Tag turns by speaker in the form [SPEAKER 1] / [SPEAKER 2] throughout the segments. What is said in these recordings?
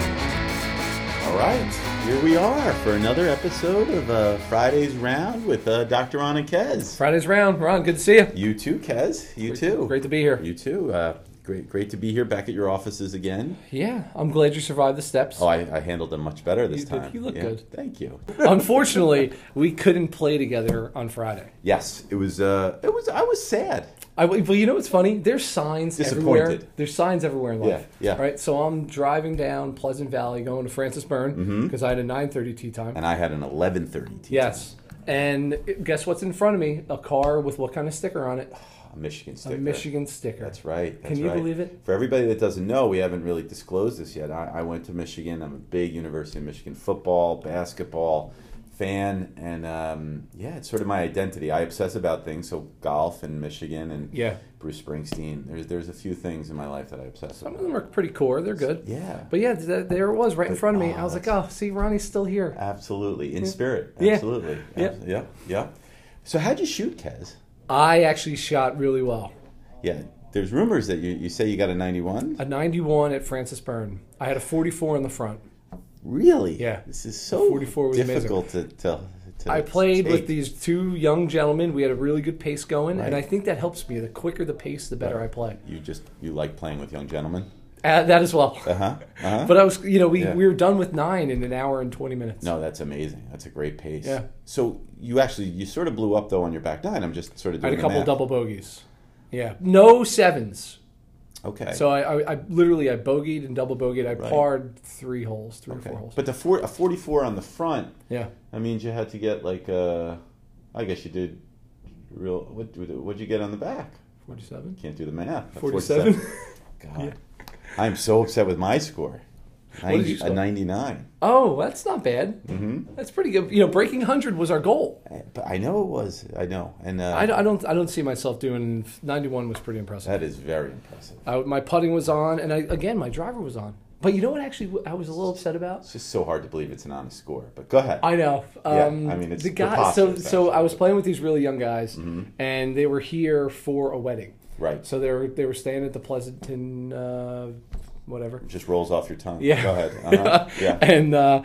[SPEAKER 1] All right, here we are for another episode of uh, Friday's Round with uh, Dr. Ron and Kez.
[SPEAKER 2] Friday's round. Ron, good to see you.
[SPEAKER 1] You too, Kez. You too.
[SPEAKER 2] Great to be here.
[SPEAKER 1] You too. Uh, great, great to be here back at your offices again.
[SPEAKER 2] Yeah, I'm glad you survived the steps.
[SPEAKER 1] Oh, I, I handled them much better this
[SPEAKER 2] You did.
[SPEAKER 1] time.
[SPEAKER 2] You look
[SPEAKER 1] Yeah,
[SPEAKER 2] good.
[SPEAKER 1] Thank you.
[SPEAKER 2] Unfortunately, we couldn't play together on Friday.
[SPEAKER 1] Yes, it was. Uh, it was. I was sad.
[SPEAKER 2] I, well, you know what's funny? There's signs everywhere.
[SPEAKER 1] Disappointed.
[SPEAKER 2] There's signs everywhere in life.
[SPEAKER 1] Yeah, yeah.
[SPEAKER 2] Right. So I'm driving down Pleasant Valley, going to Francis
[SPEAKER 1] Mm-hmm.
[SPEAKER 2] Byrne because I had a 9:30 tea time.
[SPEAKER 1] And I had an 11:30 tea.
[SPEAKER 2] yes. And it- guess what's in front of me? A car with what kind of sticker on it?
[SPEAKER 1] A Michigan
[SPEAKER 2] A
[SPEAKER 1] sticker.
[SPEAKER 2] Michigan sticker.
[SPEAKER 1] That's right. that's
[SPEAKER 2] you
[SPEAKER 1] right.
[SPEAKER 2] believe it?
[SPEAKER 1] For everybody that doesn't know, we haven't really disclosed this yet. I, I went to Michigan. I'm a big University of Michigan football, basketball fan, and um, yeah, it's sort of my identity. I obsess about things, so golf and Michigan and
[SPEAKER 2] Yeah.
[SPEAKER 1] Bruce Springsteen. There's there's a few things in my life that I obsess
[SPEAKER 2] Some
[SPEAKER 1] about.
[SPEAKER 2] of them are pretty core. They're good.
[SPEAKER 1] Yeah,
[SPEAKER 2] But yeah, th- there it was right in
[SPEAKER 1] But-
[SPEAKER 2] front of me.
[SPEAKER 1] oh,
[SPEAKER 2] I was like, oh, see, Ronnie's still here.
[SPEAKER 1] absolutely in spirit.
[SPEAKER 2] Yeah.
[SPEAKER 1] Absolutely.
[SPEAKER 2] Yeah.
[SPEAKER 1] Abs- yeah. Yeah. So how'd you shoot, Kez?
[SPEAKER 2] I actually shot really well.
[SPEAKER 1] Yeah. There's rumors that you, you say you got a 91.
[SPEAKER 2] A 91 at Francis Byrne. I had a 44 in the front.
[SPEAKER 1] Really?
[SPEAKER 2] Yeah.
[SPEAKER 1] This is so
[SPEAKER 2] 44 was amazing.
[SPEAKER 1] difficult to, to, to.
[SPEAKER 2] I played with
[SPEAKER 1] take.
[SPEAKER 2] these two young gentlemen. We had a really good pace going,
[SPEAKER 1] Right.
[SPEAKER 2] and I think that helps me. The quicker the pace, the better I play.
[SPEAKER 1] You just you like playing with young gentlemen.
[SPEAKER 2] Uh, that as well.
[SPEAKER 1] Uh huh. Uh huh.
[SPEAKER 2] But I was, you know, we,
[SPEAKER 1] Yeah.
[SPEAKER 2] we were done with nine in an hour and 20 minutes.
[SPEAKER 1] No, that's amazing. That's a great pace.
[SPEAKER 2] Yeah.
[SPEAKER 1] So you actually you sort of blew up though on your back nine. I'm just sort of
[SPEAKER 2] I
[SPEAKER 1] doing
[SPEAKER 2] had a
[SPEAKER 1] the
[SPEAKER 2] couple
[SPEAKER 1] math.
[SPEAKER 2] double bogeys. Yeah. No sevens.
[SPEAKER 1] Okay.
[SPEAKER 2] So I, I, I literally, I bogeyed and double bogeyed. I parred three holes, three or
[SPEAKER 1] okay.
[SPEAKER 2] four holes.
[SPEAKER 1] but the four a 44 on the front.
[SPEAKER 2] yeah.
[SPEAKER 1] That means you had to get like uh, I guess you did real. What what'd you get on the back?
[SPEAKER 2] 47?
[SPEAKER 1] Can't do the math. A
[SPEAKER 2] 47?
[SPEAKER 1] God, I'm so upset with my score. 90,
[SPEAKER 2] did you
[SPEAKER 1] a
[SPEAKER 2] score?
[SPEAKER 1] 99.
[SPEAKER 2] Oh, that's not bad. Mm-hmm. That's pretty good. You know, breaking 100 was our goal.
[SPEAKER 1] I- But I know it was. I know, and uh,
[SPEAKER 2] I don't, I don't. I don't see myself doing. Ninety-one was pretty impressive.
[SPEAKER 1] that is very impressive.
[SPEAKER 2] I, my putting was on, and I, again, my driver was on. But you know what? Actually, I was a little upset about.
[SPEAKER 1] It's just so hard to believe it's an honest score. But go ahead.
[SPEAKER 2] I know.
[SPEAKER 1] Yeah,
[SPEAKER 2] Um,
[SPEAKER 1] I mean, it's
[SPEAKER 2] the guy. So,
[SPEAKER 1] preposterous,
[SPEAKER 2] so I was playing with these really young guys,
[SPEAKER 1] Mm-hmm.
[SPEAKER 2] and they were here for a wedding.
[SPEAKER 1] right.
[SPEAKER 2] So they were they were staying at the Pleasanton, uh, whatever.
[SPEAKER 1] just rolls off your tongue.
[SPEAKER 2] Yeah.
[SPEAKER 1] Go ahead. Uh-huh. yeah.
[SPEAKER 2] and uh,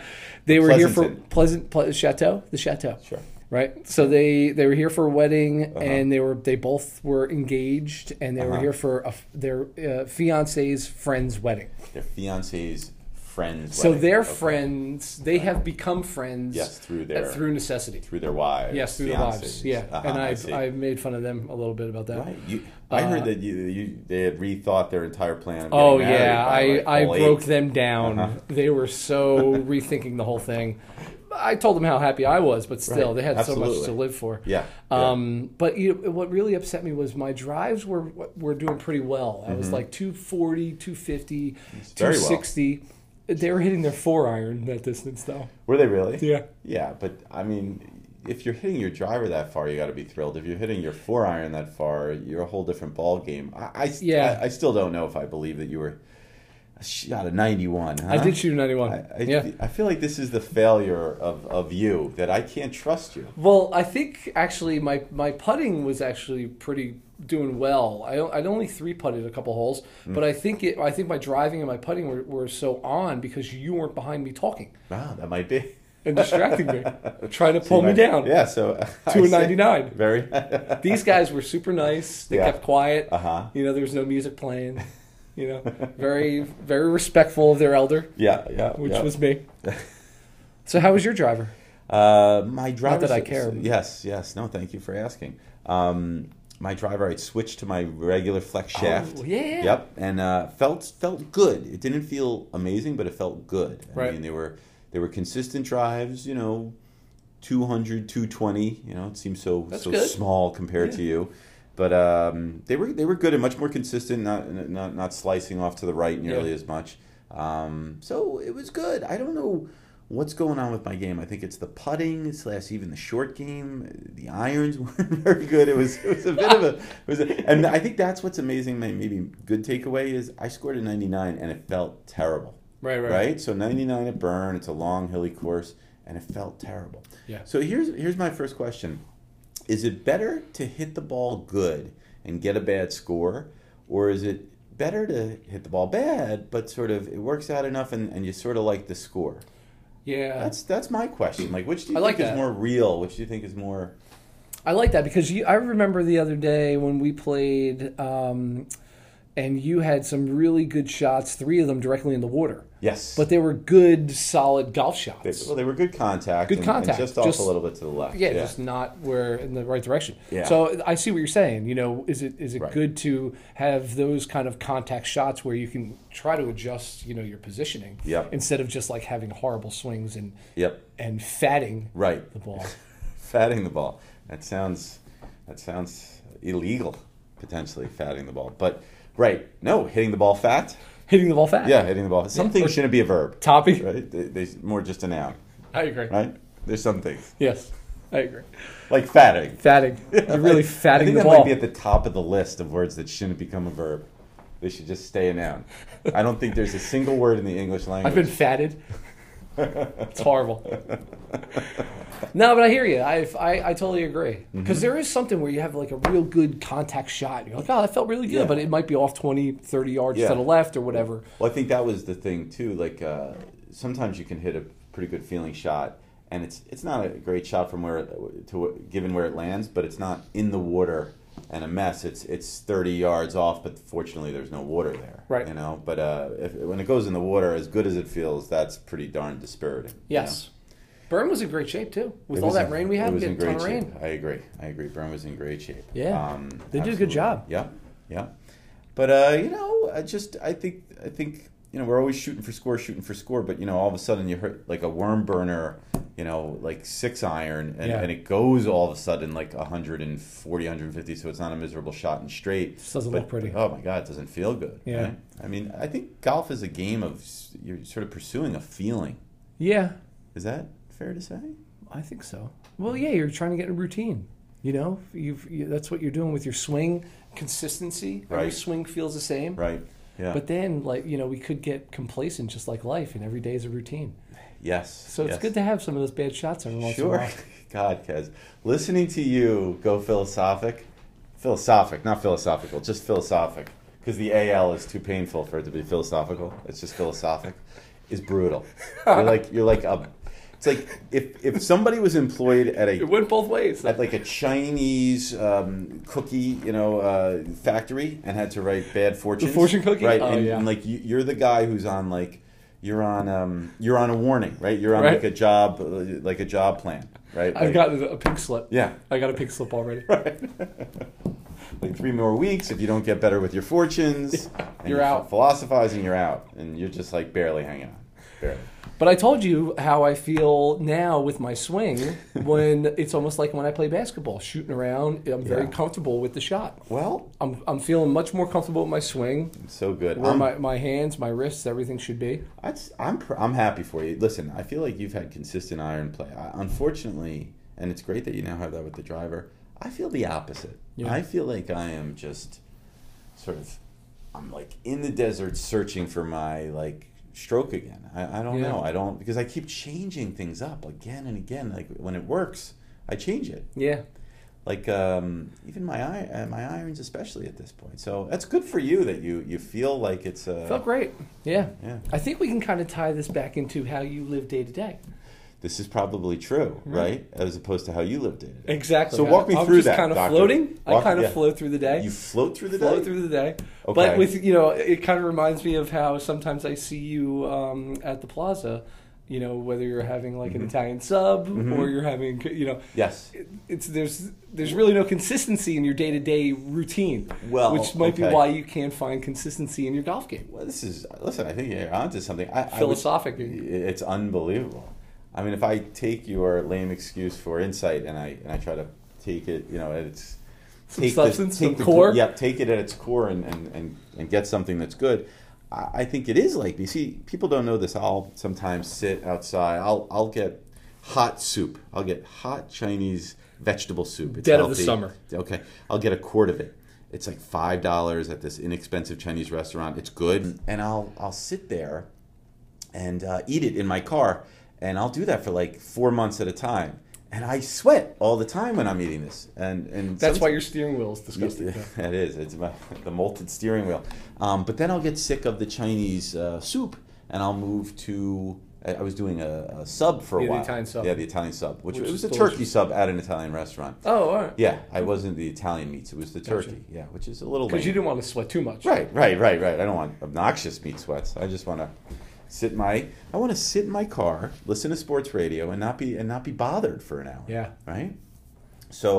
[SPEAKER 2] they were here for
[SPEAKER 1] Pleasanton.
[SPEAKER 2] Pleasant Ple- Chateau, the Chateau.
[SPEAKER 1] Sure.
[SPEAKER 2] Right. So they they were here for a wedding, and they were they both were engaged, and they were
[SPEAKER 1] Uh-huh.
[SPEAKER 2] here for a f their uh, fiance's friend's wedding.
[SPEAKER 1] Their fiance's friends.
[SPEAKER 2] So
[SPEAKER 1] wedding.
[SPEAKER 2] they're
[SPEAKER 1] Okay.
[SPEAKER 2] friends. They have become friends.
[SPEAKER 1] Yes, through
[SPEAKER 2] uh,
[SPEAKER 1] their-
[SPEAKER 2] through necessity.
[SPEAKER 1] through their wives.
[SPEAKER 2] yes, through
[SPEAKER 1] fiances.
[SPEAKER 2] the wives. Yeah.
[SPEAKER 1] Uh-huh,
[SPEAKER 2] and
[SPEAKER 1] I,
[SPEAKER 2] I've
[SPEAKER 1] see.
[SPEAKER 2] I have made fun of them a little bit about that.
[SPEAKER 1] Right. You, I heard that you, you they had rethought their entire plan. Of getting
[SPEAKER 2] Oh
[SPEAKER 1] married
[SPEAKER 2] yeah,
[SPEAKER 1] by,
[SPEAKER 2] I
[SPEAKER 1] like, Uh-huh.
[SPEAKER 2] I
[SPEAKER 1] hole
[SPEAKER 2] broke
[SPEAKER 1] eight.
[SPEAKER 2] them down. They were so rethinking the whole thing. I told them how happy I was, but still,
[SPEAKER 1] Right,
[SPEAKER 2] they had so
[SPEAKER 1] absolutely.
[SPEAKER 2] much to live for.
[SPEAKER 1] Yeah, yeah.
[SPEAKER 2] Um, But you know, what really upset me was my drives were were doing pretty well. I was like 240, 250,
[SPEAKER 1] Mm-hmm. very well.
[SPEAKER 2] 260. They were hitting their four iron that distance though.
[SPEAKER 1] Were they really?
[SPEAKER 2] Yeah.
[SPEAKER 1] Yeah, but I mean, if you're hitting your driver that far, you got to be thrilled. If you're hitting your four iron that far, you're a whole different ball game. I, I
[SPEAKER 2] Yeah.
[SPEAKER 1] I, I still don't know if I believe that you were a shot a 91. Huh?
[SPEAKER 2] I did shoot a 91.
[SPEAKER 1] I, I,
[SPEAKER 2] yeah.
[SPEAKER 1] I feel like this is the failure of, of you that I can't trust you.
[SPEAKER 2] Well, I think actually my my putting was actually pretty doing well. I I only three putted a couple holes,
[SPEAKER 1] Mm.
[SPEAKER 2] but I think it I think my driving and my putting were, were so on because you weren't behind me talking
[SPEAKER 1] Wow, that might be.
[SPEAKER 2] and distracting me, trying to pull me down.
[SPEAKER 1] Yeah, so
[SPEAKER 2] To
[SPEAKER 1] I
[SPEAKER 2] a
[SPEAKER 1] see.
[SPEAKER 2] 99.
[SPEAKER 1] Very. uh-huh.
[SPEAKER 2] These guys were super nice. They
[SPEAKER 1] Yeah.
[SPEAKER 2] kept quiet.
[SPEAKER 1] Uh-huh.
[SPEAKER 2] You know, there was no music playing. You know, very very respectful of their elder,
[SPEAKER 1] Yeah, yeah.
[SPEAKER 2] which
[SPEAKER 1] yeah.
[SPEAKER 2] was me. So how was your driver?
[SPEAKER 1] Uh, my driver.
[SPEAKER 2] that I care.
[SPEAKER 1] Yes, yes. No, thank you for asking. Um, my driver, I switched to my regular flex shaft.
[SPEAKER 2] Oh, yeah.
[SPEAKER 1] Yep, and uh, felt felt good. It didn't feel amazing, but it felt good. I
[SPEAKER 2] Right.
[SPEAKER 1] mean, they were they were consistent drives. You know, 200, 220. You know, it seems so
[SPEAKER 2] That's
[SPEAKER 1] so
[SPEAKER 2] good.
[SPEAKER 1] small compared to you. But um, they were they were good and much more consistent. Not not not slicing off to the right nearly
[SPEAKER 2] Yeah.
[SPEAKER 1] as much. Um, so it was good. I don't know what's going on with my game. I think it's the putting slash even the short game. The irons weren't very good. It was it was a bit of a, it was a and I think that's what's amazing. My maybe good takeaway is I scored a ninety nine and it felt terrible.
[SPEAKER 2] Right, right.
[SPEAKER 1] Right. So ninety nine at Burn. It's a long hilly course. and it felt terrible.
[SPEAKER 2] Yeah.
[SPEAKER 1] So here's here's my first question: Is it better to hit the ball good and get a bad score, or is it better to hit the ball bad but sort of it works out enough and, and you sort of like the score?
[SPEAKER 2] Yeah.
[SPEAKER 1] That's that's my question. Like, which do you
[SPEAKER 2] Uh, I like
[SPEAKER 1] think is
[SPEAKER 2] that.
[SPEAKER 1] more real? Which do you think is more?
[SPEAKER 2] I like that because you, I remember the other day when we played, um, and you had some really good shots, three of them directly in the water,
[SPEAKER 1] Yes.
[SPEAKER 2] but they were good, solid golf
[SPEAKER 1] They-
[SPEAKER 2] shots.
[SPEAKER 1] well, they were good contact.
[SPEAKER 2] Good
[SPEAKER 1] and-
[SPEAKER 2] contact,
[SPEAKER 1] And just off
[SPEAKER 2] just-
[SPEAKER 1] a little bit to the left.
[SPEAKER 2] yeah, just not where in the right direction.
[SPEAKER 1] Yeah.
[SPEAKER 2] So I see what you're saying. You know, is it is it
[SPEAKER 1] Right.
[SPEAKER 2] good to have those kind of contact shots where you can try to adjust, you know, your positioning
[SPEAKER 1] Yep.
[SPEAKER 2] instead of just like having horrible swings and
[SPEAKER 1] Yep.
[SPEAKER 2] and fatting
[SPEAKER 1] Right.
[SPEAKER 2] the ball.
[SPEAKER 1] Fatting the ball. That sounds. That sounds illegal. Potentially fatting the ball, but right. No, hitting the ball fat.
[SPEAKER 2] Hitting the ball fat.
[SPEAKER 1] Yeah, hitting the ball. Some things shouldn't be a verb,
[SPEAKER 2] Toppy.
[SPEAKER 1] right? They, they more just a noun,
[SPEAKER 2] I agree.
[SPEAKER 1] right? There's some things
[SPEAKER 2] Yes. I agree.
[SPEAKER 1] like fatting.
[SPEAKER 2] Fatting. You're really
[SPEAKER 1] I think
[SPEAKER 2] fatting the
[SPEAKER 1] that
[SPEAKER 2] ball.
[SPEAKER 1] might be at the top of the list of words that shouldn't become a verb. They should just stay a noun. I don't think there's a single word in the English language.
[SPEAKER 2] I've been fatted. it's horrible. no, but I hear you. I, I, I totally agree.
[SPEAKER 1] Mm-hmm.
[SPEAKER 2] Because is something where you have like a real good contact shot. and You're like, oh, that felt really good,
[SPEAKER 1] Yeah.
[SPEAKER 2] but it might be off 20, 30 yards
[SPEAKER 1] Yeah.
[SPEAKER 2] to the left or whatever.
[SPEAKER 1] Well, I think that was the thing too. Like uh, sometimes you can hit a pretty good feeling shot, and it's it's not a great shot from where it, to wh- given where it lands, but it's not in the water and a mess. It's it's thirty yards off, but fortunately there's no water there.
[SPEAKER 2] Right.
[SPEAKER 1] You know, but uh, if, when it goes in the water, as good as it feels, that's pretty darn dispiriting. you
[SPEAKER 2] Yes. Bern was in great shape, too.
[SPEAKER 1] know?
[SPEAKER 2] With
[SPEAKER 1] It
[SPEAKER 2] all
[SPEAKER 1] was
[SPEAKER 2] that
[SPEAKER 1] in-
[SPEAKER 2] rain we
[SPEAKER 1] it
[SPEAKER 2] had, we
[SPEAKER 1] was
[SPEAKER 2] had
[SPEAKER 1] in
[SPEAKER 2] a ton
[SPEAKER 1] great
[SPEAKER 2] of
[SPEAKER 1] shape.
[SPEAKER 2] rain.
[SPEAKER 1] I agree. I agree. Burn was in great shape.
[SPEAKER 2] Yeah.
[SPEAKER 1] Um,
[SPEAKER 2] They did a
[SPEAKER 1] absolutely.
[SPEAKER 2] good job.
[SPEAKER 1] Yeah, yeah. But uh, you know, I just I think I think you know we're always shooting for score, shooting for score. But you know, all of a sudden you hurt like a worm burner, you know, like six iron, and,
[SPEAKER 2] Yeah.
[SPEAKER 1] and it goes all of a sudden like 140, 150. So it's not a miserable shot and straight.
[SPEAKER 2] Just doesn't
[SPEAKER 1] But,
[SPEAKER 2] look pretty.
[SPEAKER 1] Oh my god, it doesn't feel good.
[SPEAKER 2] Yeah.
[SPEAKER 1] right? I mean, I think golf is a game of s- you're sort of pursuing a feeling.
[SPEAKER 2] Yeah,
[SPEAKER 1] Is that fair to say?
[SPEAKER 2] I think so. Well, yeah, you're trying to get in routine. You know, you've, you, that's what you're doing with your swing consistency. Every
[SPEAKER 1] Right.
[SPEAKER 2] swing feels the same.
[SPEAKER 1] Right. Yeah.
[SPEAKER 2] But then, like you know, we could get complacent, just like life, and every day is a routine.
[SPEAKER 1] yes.
[SPEAKER 2] So it's
[SPEAKER 1] yes.
[SPEAKER 2] good to have some of those bad shots every once in a
[SPEAKER 1] Sure.
[SPEAKER 2] while.
[SPEAKER 1] God, Kez. Listening to you go philosophic, philosophic, not philosophical, just philosophic, because the AL is too painful for it to be philosophical. It's just philosophic, is brutal. You're like, you're like a, it's like if, if somebody was employed at a
[SPEAKER 2] went both ways.
[SPEAKER 1] at like a Chinese um, cookie, you know, uh, factory, and had to write bad fortunes.
[SPEAKER 2] fortune cookie?
[SPEAKER 1] right?
[SPEAKER 2] Oh,
[SPEAKER 1] and,
[SPEAKER 2] yeah.
[SPEAKER 1] and, like you, you're the guy who's on like you're on um, you're on a warning, right? You're on
[SPEAKER 2] Right.
[SPEAKER 1] like a job uh, like a job plan, right?
[SPEAKER 2] I've
[SPEAKER 1] Like-
[SPEAKER 2] gotten a pink slip.
[SPEAKER 1] yeah,
[SPEAKER 2] I got a pink slip already.
[SPEAKER 1] like three more weeks. If you don't get better with your fortunes, and
[SPEAKER 2] You're out.
[SPEAKER 1] Philosophizing, you're out, and you're just like barely hanging on, barely.
[SPEAKER 2] But I told you how I feel now with my swing when it's almost like when I play basketball, shooting around. I'm very
[SPEAKER 1] Yeah.
[SPEAKER 2] comfortable with the shot.
[SPEAKER 1] Well,
[SPEAKER 2] I'm, I'm feeling much more comfortable with my swing,
[SPEAKER 1] it's so good.
[SPEAKER 2] where
[SPEAKER 1] I'm-
[SPEAKER 2] my, my hands, my wrists, everything should be.
[SPEAKER 1] That's, I'm pr- I'm happy for you. Listen, I feel like you've had consistent iron play. I, unfortunately, and it's great that you now have that with the driver. I feel the opposite.
[SPEAKER 2] Yeah.
[SPEAKER 1] I feel like I am just sort of I'm like in the desert searching for my like stroke again. I, I don't
[SPEAKER 2] Yeah.
[SPEAKER 1] know. I don't because I keep changing things up again and again. Like when it works, I change it.
[SPEAKER 2] Yeah.
[SPEAKER 1] Like um, even my i- uh, my irons, especially at this point. So that's good for you that you you feel like it's a
[SPEAKER 2] Felt great. Yeah.
[SPEAKER 1] yeah.
[SPEAKER 2] I think we can kind of tie this back into how you live day to day.
[SPEAKER 1] this is probably true, right? As opposed to how you lived it.
[SPEAKER 2] Exactly.
[SPEAKER 1] So walk me
[SPEAKER 2] I'm
[SPEAKER 1] through
[SPEAKER 2] just
[SPEAKER 1] that.
[SPEAKER 2] Kind of
[SPEAKER 1] doctor.
[SPEAKER 2] floating.
[SPEAKER 1] Walk-
[SPEAKER 2] I kind of
[SPEAKER 1] yeah.
[SPEAKER 2] float through the day.
[SPEAKER 1] You float through the
[SPEAKER 2] float
[SPEAKER 1] day.
[SPEAKER 2] through the day.
[SPEAKER 1] Okay.
[SPEAKER 2] But with you know, it kind of reminds me of how sometimes I see you um, at the plaza. You know, whether you're having like
[SPEAKER 1] Mm-hmm.
[SPEAKER 2] an Italian sub or you're having you know,
[SPEAKER 1] yes.
[SPEAKER 2] it- it's there's there's really no consistency in your day to day routine.
[SPEAKER 1] Well,
[SPEAKER 2] which might be
[SPEAKER 1] okay.
[SPEAKER 2] why you can't find consistency in your golf game.
[SPEAKER 1] Well, this is listen. I think you're onto something. I, I would-
[SPEAKER 2] Philosophic.
[SPEAKER 1] it's unbelievable. I mean, if I take your lame excuse for insight and I and I try to take it, you know, at its
[SPEAKER 2] Some substance, some core?
[SPEAKER 1] yeah, take it at its core and and, and, and get something that's good. I, I think it is like you see, people don't know this. I'll sometimes sit outside. I'll I'll get hot soup. I'll get hot Chinese vegetable soup. It's
[SPEAKER 2] Dead of the summer.
[SPEAKER 1] Okay, I'll get a quart of it. It's like five dollars at this inexpensive Chinese restaurant. It's good, and I'll I'll sit there and uh, eat it in my car. and I'll do that for like four months at a time. And I sweat all the time when I'm eating this, and and
[SPEAKER 2] That's
[SPEAKER 1] some-
[SPEAKER 2] why your steering wheel is disgusting.
[SPEAKER 1] Yeah, That is. It's my, the molted steering wheel. Um, but then I'll get sick of the Chinese uh, soup, and I'll move to. I I was doing a, a sub for a
[SPEAKER 2] Yeah, the
[SPEAKER 1] while.
[SPEAKER 2] Italian sub.
[SPEAKER 1] Yeah, the Italian sub, which,
[SPEAKER 2] Which
[SPEAKER 1] it was
[SPEAKER 2] is
[SPEAKER 1] a
[SPEAKER 2] delicious.
[SPEAKER 1] turkey sub at an Italian restaurant.
[SPEAKER 2] Oh, all right.
[SPEAKER 1] Yeah, I wasn't the Italian meats; it was the
[SPEAKER 2] Gotcha.
[SPEAKER 1] turkey. Yeah, which is a little.
[SPEAKER 2] Because
[SPEAKER 1] lame.
[SPEAKER 2] you didn't want to sweat too much.
[SPEAKER 1] Right, right, right, right. I don't want obnoxious meat sweats. I just want to sit in my I want to sit in my car, listen to sports radio, and not be and not be bothered for an hour.
[SPEAKER 2] Yeah.
[SPEAKER 1] Right. So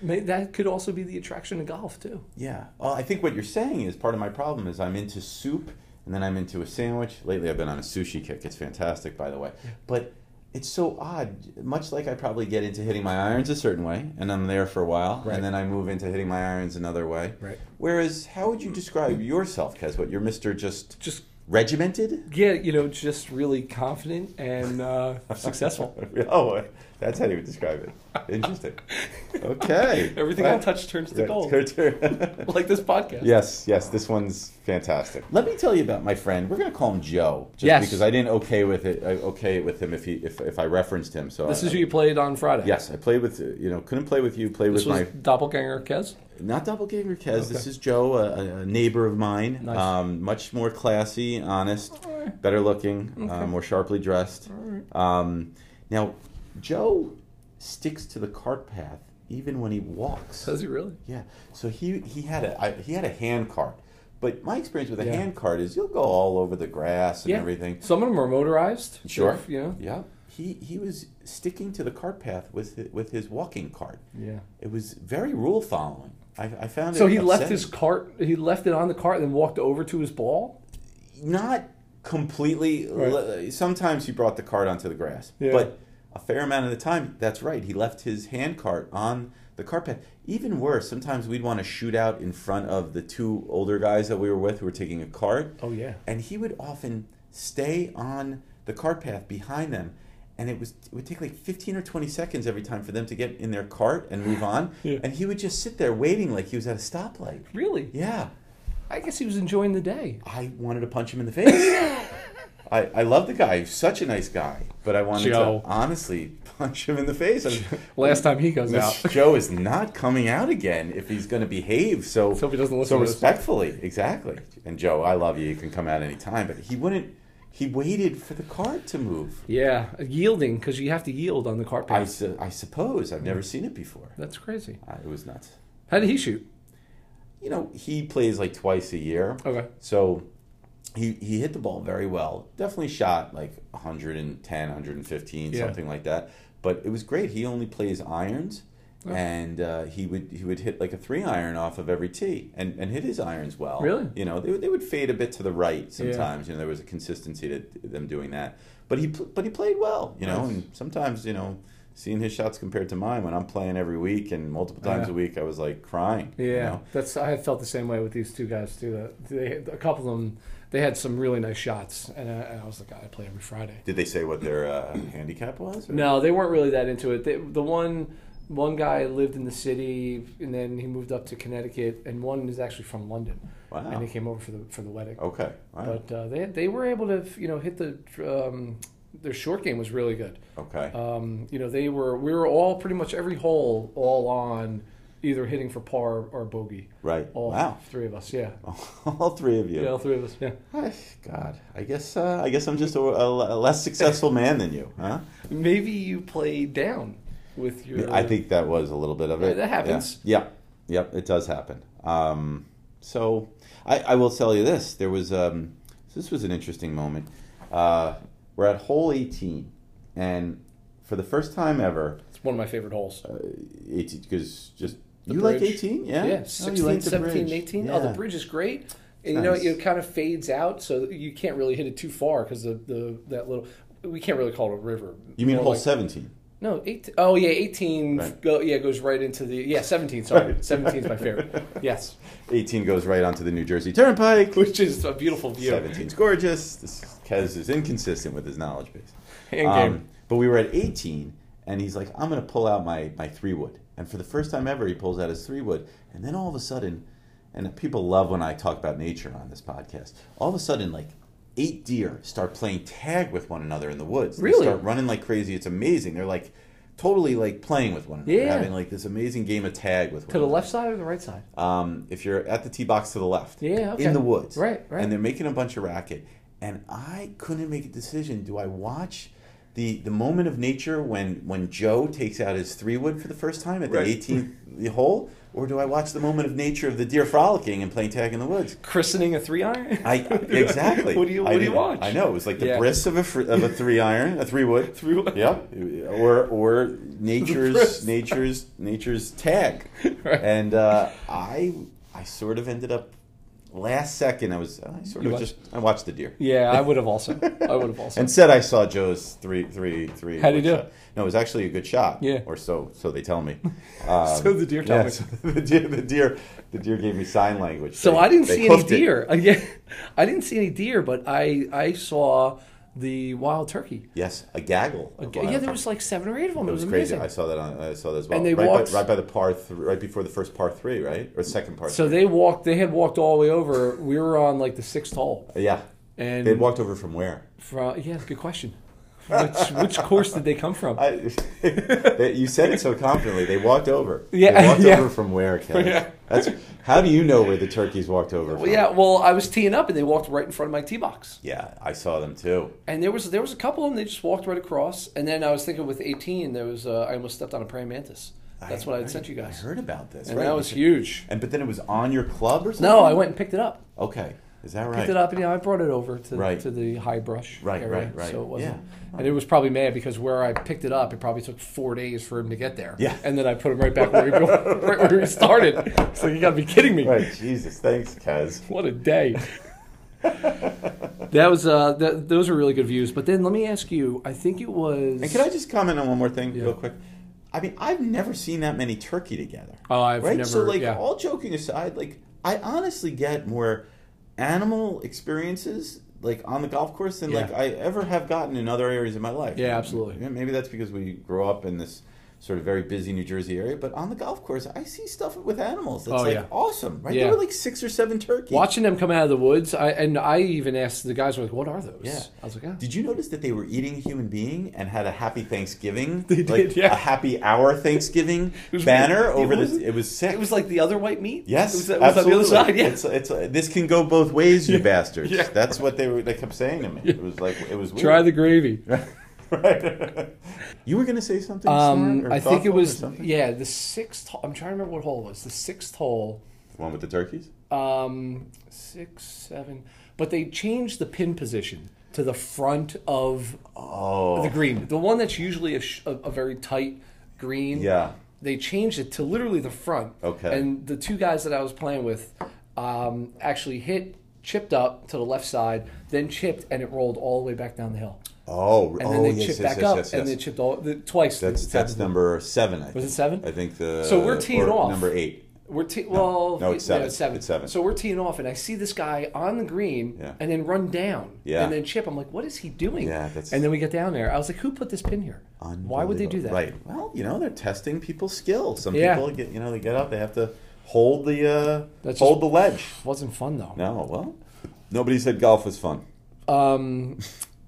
[SPEAKER 2] May- That could also be the attraction of golf too.
[SPEAKER 1] yeah, well, I think what you're saying is part of my problem is I'm into soup and then I'm into a sandwich. Lately, I've been on a sushi kick. It's fantastic, by the way. But it's so odd. Much like I probably get into hitting my irons a certain way, and I'm there for a while,
[SPEAKER 2] Right.
[SPEAKER 1] and then I move into hitting my irons another way.
[SPEAKER 2] Right.
[SPEAKER 1] Whereas, how would you describe yourself, Kez? What you're, Mister? Just
[SPEAKER 2] Just
[SPEAKER 1] regimented.
[SPEAKER 2] yeah, you know, just really confident and uh, successful.
[SPEAKER 1] oh, that's how you would describe it. Interesting. Okay.
[SPEAKER 2] Everything I
[SPEAKER 1] Well,
[SPEAKER 2] touch turns to
[SPEAKER 1] right,
[SPEAKER 2] gold,
[SPEAKER 1] turn-
[SPEAKER 2] like this podcast.
[SPEAKER 1] Yes, yes, this one's fantastic. Let me tell you about my friend. We're gonna call him Joe, just
[SPEAKER 2] Yes.
[SPEAKER 1] because I didn't okay with it. I okay it with him if he if, if I referenced him. So
[SPEAKER 2] This
[SPEAKER 1] I,
[SPEAKER 2] is who you played on Friday.
[SPEAKER 1] Yes, I played with uh, you know couldn't play with you. Played
[SPEAKER 2] This
[SPEAKER 1] with
[SPEAKER 2] was
[SPEAKER 1] my
[SPEAKER 2] doppelganger Kez.
[SPEAKER 1] not doppelganger Kez. This is Joe, a, a- a neighbor of mine.
[SPEAKER 2] Nice.
[SPEAKER 1] Um, much more classy, honest,
[SPEAKER 2] Alright.
[SPEAKER 1] better looking, uh, more sharply dressed. Um, now, Joe sticks to the cart path even when he walks.
[SPEAKER 2] Does he really?
[SPEAKER 1] Yeah. So he he had a I, he had a hand cart, but my experience with a
[SPEAKER 2] Yeah.
[SPEAKER 1] hand cart is you'll go all over the grass and
[SPEAKER 2] Yeah.
[SPEAKER 1] everything.
[SPEAKER 2] Some of them are motorized.
[SPEAKER 1] Sure.
[SPEAKER 2] You know.
[SPEAKER 1] Yeah. He he was sticking to the cart path with his, with his walking cart.
[SPEAKER 2] Yeah.
[SPEAKER 1] It was very rule following. I, I found it.
[SPEAKER 2] So he left
[SPEAKER 1] upsetting.
[SPEAKER 2] his cart. He left it on the cart, and then walked over to his ball.
[SPEAKER 1] not completely.
[SPEAKER 2] Right.
[SPEAKER 1] Sometimes he brought the cart onto the grass,
[SPEAKER 2] Yeah.
[SPEAKER 1] but a fair amount of the time, that's right. He left his hand cart on the cart path. Even worse, sometimes we'd want to shoot out in front of the two older guys that we were with who were taking a cart.
[SPEAKER 2] Oh yeah.
[SPEAKER 1] and he would often stay on the cart path behind them and it was it would take like 15 or 20 seconds every time for them to get in their cart and move on
[SPEAKER 2] Yeah.
[SPEAKER 1] and he would just sit there waiting like he was at a stoplight
[SPEAKER 2] Really?
[SPEAKER 1] yeah
[SPEAKER 2] I guess he was enjoying the day.
[SPEAKER 1] i wanted to punch him in the face I, I love the guy he's such a nice guy but i wanted
[SPEAKER 2] Joe.
[SPEAKER 1] to honestly punch him in the face I mean,
[SPEAKER 2] Last time he goes
[SPEAKER 1] now,
[SPEAKER 2] out.
[SPEAKER 1] joe is not coming out again if he's going to behave so
[SPEAKER 2] Let's hope he doesn't listen
[SPEAKER 1] so
[SPEAKER 2] to this.
[SPEAKER 1] respectfully, exactly. And Joe, I love you. You can come out anytime, but he wouldn't. He waited for the cart to move.
[SPEAKER 2] Yeah, yielding because you have to yield on the cart
[SPEAKER 1] I,
[SPEAKER 2] path.
[SPEAKER 1] su- I suppose I've never seen it before.
[SPEAKER 2] That's crazy.
[SPEAKER 1] Uh, it was nuts.
[SPEAKER 2] How did he shoot?
[SPEAKER 1] You know, he plays like twice a year,
[SPEAKER 2] Okay.
[SPEAKER 1] so he he hit the ball very well. Definitely shot like 110, 115,
[SPEAKER 2] Yeah.
[SPEAKER 1] something like that. But it was great. He only plays irons.
[SPEAKER 2] Oh.
[SPEAKER 1] And uh, he would he would hit like a three iron off of every tee, and, and hit his irons well.
[SPEAKER 2] Really?
[SPEAKER 1] you know they, would- they would fade a bit to the right
[SPEAKER 2] Yeah.
[SPEAKER 1] sometimes you know there was a consistency to them doing that but he pl- but he played well you know
[SPEAKER 2] Nice.
[SPEAKER 1] and sometimes you know seeing his shots compared to mine when i'm playing every week and multiple times
[SPEAKER 2] Yeah.
[SPEAKER 1] a week i was like crying
[SPEAKER 2] Yeah,
[SPEAKER 1] you know?
[SPEAKER 2] that's. I felt the same way with these two guys too. That they, a couple of them, they had some really nice shots, and I, and I was like, "Oh, I play every Friday.
[SPEAKER 1] did they say what their uh, handicap was or-
[SPEAKER 2] No, they weren't really that into it. They, the one one guy lived in the city, and then he moved up to Connecticut, and one is actually from London,
[SPEAKER 1] Wow.
[SPEAKER 2] and he came over for the for the wedding.
[SPEAKER 1] okay all right.
[SPEAKER 2] But uh, they they were able to you know hit the um, their short game was really good.
[SPEAKER 1] okay
[SPEAKER 2] Um, you know they were we were all pretty much every hole all on either hitting for par or bogey.
[SPEAKER 1] right
[SPEAKER 2] All
[SPEAKER 1] wow
[SPEAKER 2] three of us, yeah.
[SPEAKER 1] all three of you
[SPEAKER 2] Yeah, all three of us. Yeah,
[SPEAKER 1] Ay, god i guess uh, i guess i'm just a, a- a less successful man than you huh
[SPEAKER 2] maybe you play down with your.
[SPEAKER 1] I think that was a little bit of
[SPEAKER 2] Yeah,
[SPEAKER 1] it.
[SPEAKER 2] that happens.
[SPEAKER 1] Yeah. Yep. Yep. It does happen. Um, so I, I will tell you this: there was um, this was an interesting moment. Uh, we're at hole eighteen, and for the first time ever, uh,
[SPEAKER 2] it's one of my favorite holes.
[SPEAKER 1] eighteen because just
[SPEAKER 2] The
[SPEAKER 1] you like
[SPEAKER 2] bridge.
[SPEAKER 1] eighteen, yeah,
[SPEAKER 2] Yeah,
[SPEAKER 1] Oh, you
[SPEAKER 2] 16,
[SPEAKER 1] like the
[SPEAKER 2] 17,
[SPEAKER 1] bridge.
[SPEAKER 2] 18.
[SPEAKER 1] Yeah.
[SPEAKER 2] Oh, the bridge is great. And you know,
[SPEAKER 1] nice.
[SPEAKER 2] it kind of fades out, so that you can't really hit it too far because the, the that little we can't really call it a river.
[SPEAKER 1] You mean
[SPEAKER 2] More
[SPEAKER 1] hole
[SPEAKER 2] like-
[SPEAKER 1] seventeen?
[SPEAKER 2] No, eight. Oh yeah, eighteen.
[SPEAKER 1] Right.
[SPEAKER 2] Go, yeah, goes right into the yeah seventeen. Sorry,
[SPEAKER 1] Right.
[SPEAKER 2] seventeen is my favorite. Yes,
[SPEAKER 1] Eighteen goes right onto the New Jersey Turnpike.
[SPEAKER 2] which is a beautiful view.
[SPEAKER 1] 17's gorgeous. This Kez is inconsistent with his knowledge base. Um,
[SPEAKER 2] Hand game.
[SPEAKER 1] but we were at 18, and he's like, I'm going to pull out my, my three wood. And for the first time ever, he pulls out his three wood. And then all of a sudden, and people love when I talk about nature on this podcast, all of a sudden, like eight deer start playing tag with one another in the woods.
[SPEAKER 2] Really?
[SPEAKER 1] They start running like crazy. It's amazing. They're like totally like playing with one another,
[SPEAKER 2] Yeah.
[SPEAKER 1] having like this amazing game of tag with one
[SPEAKER 2] To the
[SPEAKER 1] another.
[SPEAKER 2] left side or the right side?
[SPEAKER 1] Um, if you're at the tee box to the left,
[SPEAKER 2] Yeah, okay.
[SPEAKER 1] in the woods,
[SPEAKER 2] Right, right.
[SPEAKER 1] and they're making a bunch of racket, and I couldn't make a decision. Do I watch the the moment of nature when when Joe takes out his three wood for the first time at
[SPEAKER 3] Right.
[SPEAKER 1] the 18th hole, or do I watch the moment of nature of the deer frolicking and playing tag in the woods?
[SPEAKER 2] Christening a three iron?
[SPEAKER 1] I exactly.
[SPEAKER 2] what do you
[SPEAKER 1] I
[SPEAKER 2] What do you
[SPEAKER 1] didn't-
[SPEAKER 2] watch?
[SPEAKER 1] I know it was like the
[SPEAKER 2] Yeah.
[SPEAKER 1] bris of a fr- of a three iron, a three wood.
[SPEAKER 2] Three wood.
[SPEAKER 1] Yep. Or or nature's
[SPEAKER 2] bris.
[SPEAKER 1] nature's nature's tag.
[SPEAKER 2] Right.
[SPEAKER 1] And uh, I I sort of ended up last second. I was I sort
[SPEAKER 2] You
[SPEAKER 1] of
[SPEAKER 2] watched-
[SPEAKER 1] just I watched the deer.
[SPEAKER 2] Yeah, I would have also. I would have also.
[SPEAKER 1] And said I saw Joe's three three three.
[SPEAKER 2] How'd he
[SPEAKER 1] wood
[SPEAKER 2] do?
[SPEAKER 1] shot. No, it was actually a good shot.
[SPEAKER 2] Yeah.
[SPEAKER 1] Or so so they tell me. Um,
[SPEAKER 2] So the deer tell me.
[SPEAKER 1] so the deer the deer the deer gave me sign language.
[SPEAKER 2] So
[SPEAKER 1] They-
[SPEAKER 2] I didn't
[SPEAKER 1] they
[SPEAKER 2] see any
[SPEAKER 1] hoofed it.
[SPEAKER 2] deer. Again, I didn't see any deer, but I I saw the wild turkey.
[SPEAKER 1] Yes, a gaggle. of
[SPEAKER 2] Again,
[SPEAKER 1] wild
[SPEAKER 2] yeah, there
[SPEAKER 1] turkey.
[SPEAKER 2] was like seven or eight of them.
[SPEAKER 1] It
[SPEAKER 2] It
[SPEAKER 1] was
[SPEAKER 2] was,
[SPEAKER 1] crazy.
[SPEAKER 2] amazing.
[SPEAKER 1] I saw that on. I saw that as well.
[SPEAKER 2] And they
[SPEAKER 1] right,
[SPEAKER 2] walked-
[SPEAKER 1] by, right by the par, th- right before the first par three, right or second par.
[SPEAKER 2] So
[SPEAKER 1] three.
[SPEAKER 2] they walked. They had walked all the way over. We were on like the sixth hole,
[SPEAKER 1] yeah,
[SPEAKER 2] and
[SPEAKER 1] they walked over from where?
[SPEAKER 2] from yeah, good question. Which which course did they come from?
[SPEAKER 1] I, they- you said it so confidently. They walked over.
[SPEAKER 2] Yeah,
[SPEAKER 1] they walked
[SPEAKER 2] yeah.
[SPEAKER 1] over from where, Kelly?
[SPEAKER 2] Yeah.
[SPEAKER 1] That's how do you know where the turkeys walked over?
[SPEAKER 2] well,
[SPEAKER 1] from?
[SPEAKER 2] yeah, well, I was teeing up, and they walked right in front of my tee box.
[SPEAKER 1] yeah, I saw them too.
[SPEAKER 2] And there was there was a couple of them. They just walked right across. And then I was thinking with eighteen, there was uh, I almost stepped on a praying mantis. That's
[SPEAKER 1] I
[SPEAKER 2] what I
[SPEAKER 1] heard-
[SPEAKER 2] had sent you guys,
[SPEAKER 1] I heard about this.
[SPEAKER 2] and
[SPEAKER 1] right?
[SPEAKER 2] that was huge.
[SPEAKER 1] And but then it was on your club or something.
[SPEAKER 2] No, I went and picked it up.
[SPEAKER 1] Okay, is that right?
[SPEAKER 2] picked it up and yeah, I brought it over to
[SPEAKER 1] Right.
[SPEAKER 2] to the high brush
[SPEAKER 1] Right,
[SPEAKER 2] area.
[SPEAKER 1] right, right.
[SPEAKER 2] So it wasn't.
[SPEAKER 1] Yeah.
[SPEAKER 2] And it was probably mad because where I picked it up, it probably took four days for him to get there.
[SPEAKER 1] Yeah.
[SPEAKER 2] And then I put him right back where he, right where he started. It's like you got to be kidding me.
[SPEAKER 1] Right, Jesus, thanks, Kaz.
[SPEAKER 2] What a day. that was uh, th- those were really good views. But then let me ask you. I think it was.
[SPEAKER 1] And can I just comment on one more thing
[SPEAKER 2] Yeah.
[SPEAKER 1] real quick? I mean, I've never seen that many turkey together.
[SPEAKER 2] Oh, I've
[SPEAKER 1] right?
[SPEAKER 2] never.
[SPEAKER 1] so, like,
[SPEAKER 2] yeah.
[SPEAKER 1] all joking aside, like, I honestly get more animal experiences like on the golf course than
[SPEAKER 2] Yeah.
[SPEAKER 1] like I ever have gotten in other areas of my life.
[SPEAKER 2] Yeah, absolutely.
[SPEAKER 1] Yeah, Maybe that's because we grow up in this sort of very busy New Jersey area, but on the golf course, I see stuff with animals that's
[SPEAKER 2] Oh,
[SPEAKER 1] like
[SPEAKER 2] yeah.
[SPEAKER 1] awesome. Right?
[SPEAKER 2] Yeah.
[SPEAKER 1] There were like six or seven turkeys.
[SPEAKER 2] Watching them come out of the woods, I, and I even asked the guys, "Like, what are those?"
[SPEAKER 1] Yeah.
[SPEAKER 2] I was like, "Ah."
[SPEAKER 1] Did you notice that they were eating a human being and had a happy Thanksgiving?
[SPEAKER 2] They did,
[SPEAKER 1] like,
[SPEAKER 2] yeah.
[SPEAKER 1] A happy hour Thanksgiving
[SPEAKER 2] was
[SPEAKER 1] banner
[SPEAKER 2] weird.
[SPEAKER 1] over
[SPEAKER 2] It was-
[SPEAKER 1] this. It was sick.
[SPEAKER 2] It was like the other white meat.
[SPEAKER 1] yes,
[SPEAKER 2] it was, it was on the other
[SPEAKER 1] absolutely.
[SPEAKER 2] side. Yeah,
[SPEAKER 1] It's, it's, this can go both ways, you bastards.
[SPEAKER 2] Yeah.
[SPEAKER 1] That's what they were. They kept saying to me. It was like it was weird.
[SPEAKER 2] try the gravy.
[SPEAKER 1] right. you were gonna say something. Snorri,
[SPEAKER 2] Um,
[SPEAKER 1] or
[SPEAKER 2] I think it
[SPEAKER 1] thoughtful or
[SPEAKER 2] was
[SPEAKER 1] something?
[SPEAKER 2] yeah the sixth. hole- I'm trying to remember what hole it was. The sixth hole,
[SPEAKER 1] The one with the turkeys.
[SPEAKER 2] um, six, seven. But they changed the pin position to the front of uh,
[SPEAKER 1] Oh,
[SPEAKER 2] the green. The one that's usually a, sh- a, a very tight green.
[SPEAKER 1] Yeah.
[SPEAKER 2] They changed it to literally the front.
[SPEAKER 1] Okay.
[SPEAKER 2] And the two guys that I was playing with um, actually hit, chipped up to the left side, then chipped, and it rolled all the way back down the hill.
[SPEAKER 1] oh,
[SPEAKER 2] And
[SPEAKER 1] oh,
[SPEAKER 2] then they
[SPEAKER 1] yes,
[SPEAKER 2] chipped
[SPEAKER 1] yes,
[SPEAKER 2] back
[SPEAKER 1] yes,
[SPEAKER 2] up,
[SPEAKER 1] yes,
[SPEAKER 2] and
[SPEAKER 1] yes.
[SPEAKER 2] they chipped all the, twice.
[SPEAKER 1] That's
[SPEAKER 2] It's
[SPEAKER 1] that's
[SPEAKER 2] happened.
[SPEAKER 1] number seven. I
[SPEAKER 2] Was
[SPEAKER 1] think.
[SPEAKER 2] it seven?
[SPEAKER 1] I think the.
[SPEAKER 2] So we're teeing
[SPEAKER 1] or
[SPEAKER 2] off.
[SPEAKER 1] Number eight.
[SPEAKER 2] We're te- well,
[SPEAKER 1] No, it's
[SPEAKER 2] yeah,
[SPEAKER 1] seven. It's seven.
[SPEAKER 2] So we're teeing off, and I see this guy on the green,
[SPEAKER 1] Yeah.
[SPEAKER 2] and then run down,
[SPEAKER 1] Yeah.
[SPEAKER 2] and then chip. I'm like, what is he doing?
[SPEAKER 1] Yeah, that's-
[SPEAKER 2] And then we get down there. I was like, who put this pin here? Why would they do that?
[SPEAKER 1] Unbelievable. Right. Well, you know, they're testing people's skill. Some
[SPEAKER 2] Yeah.
[SPEAKER 1] people get, you know, they get up, they have to hold the uh,
[SPEAKER 2] That's
[SPEAKER 1] hold the ledge.
[SPEAKER 2] Wasn't fun though.
[SPEAKER 1] No, well, nobody said golf was fun.
[SPEAKER 2] Um,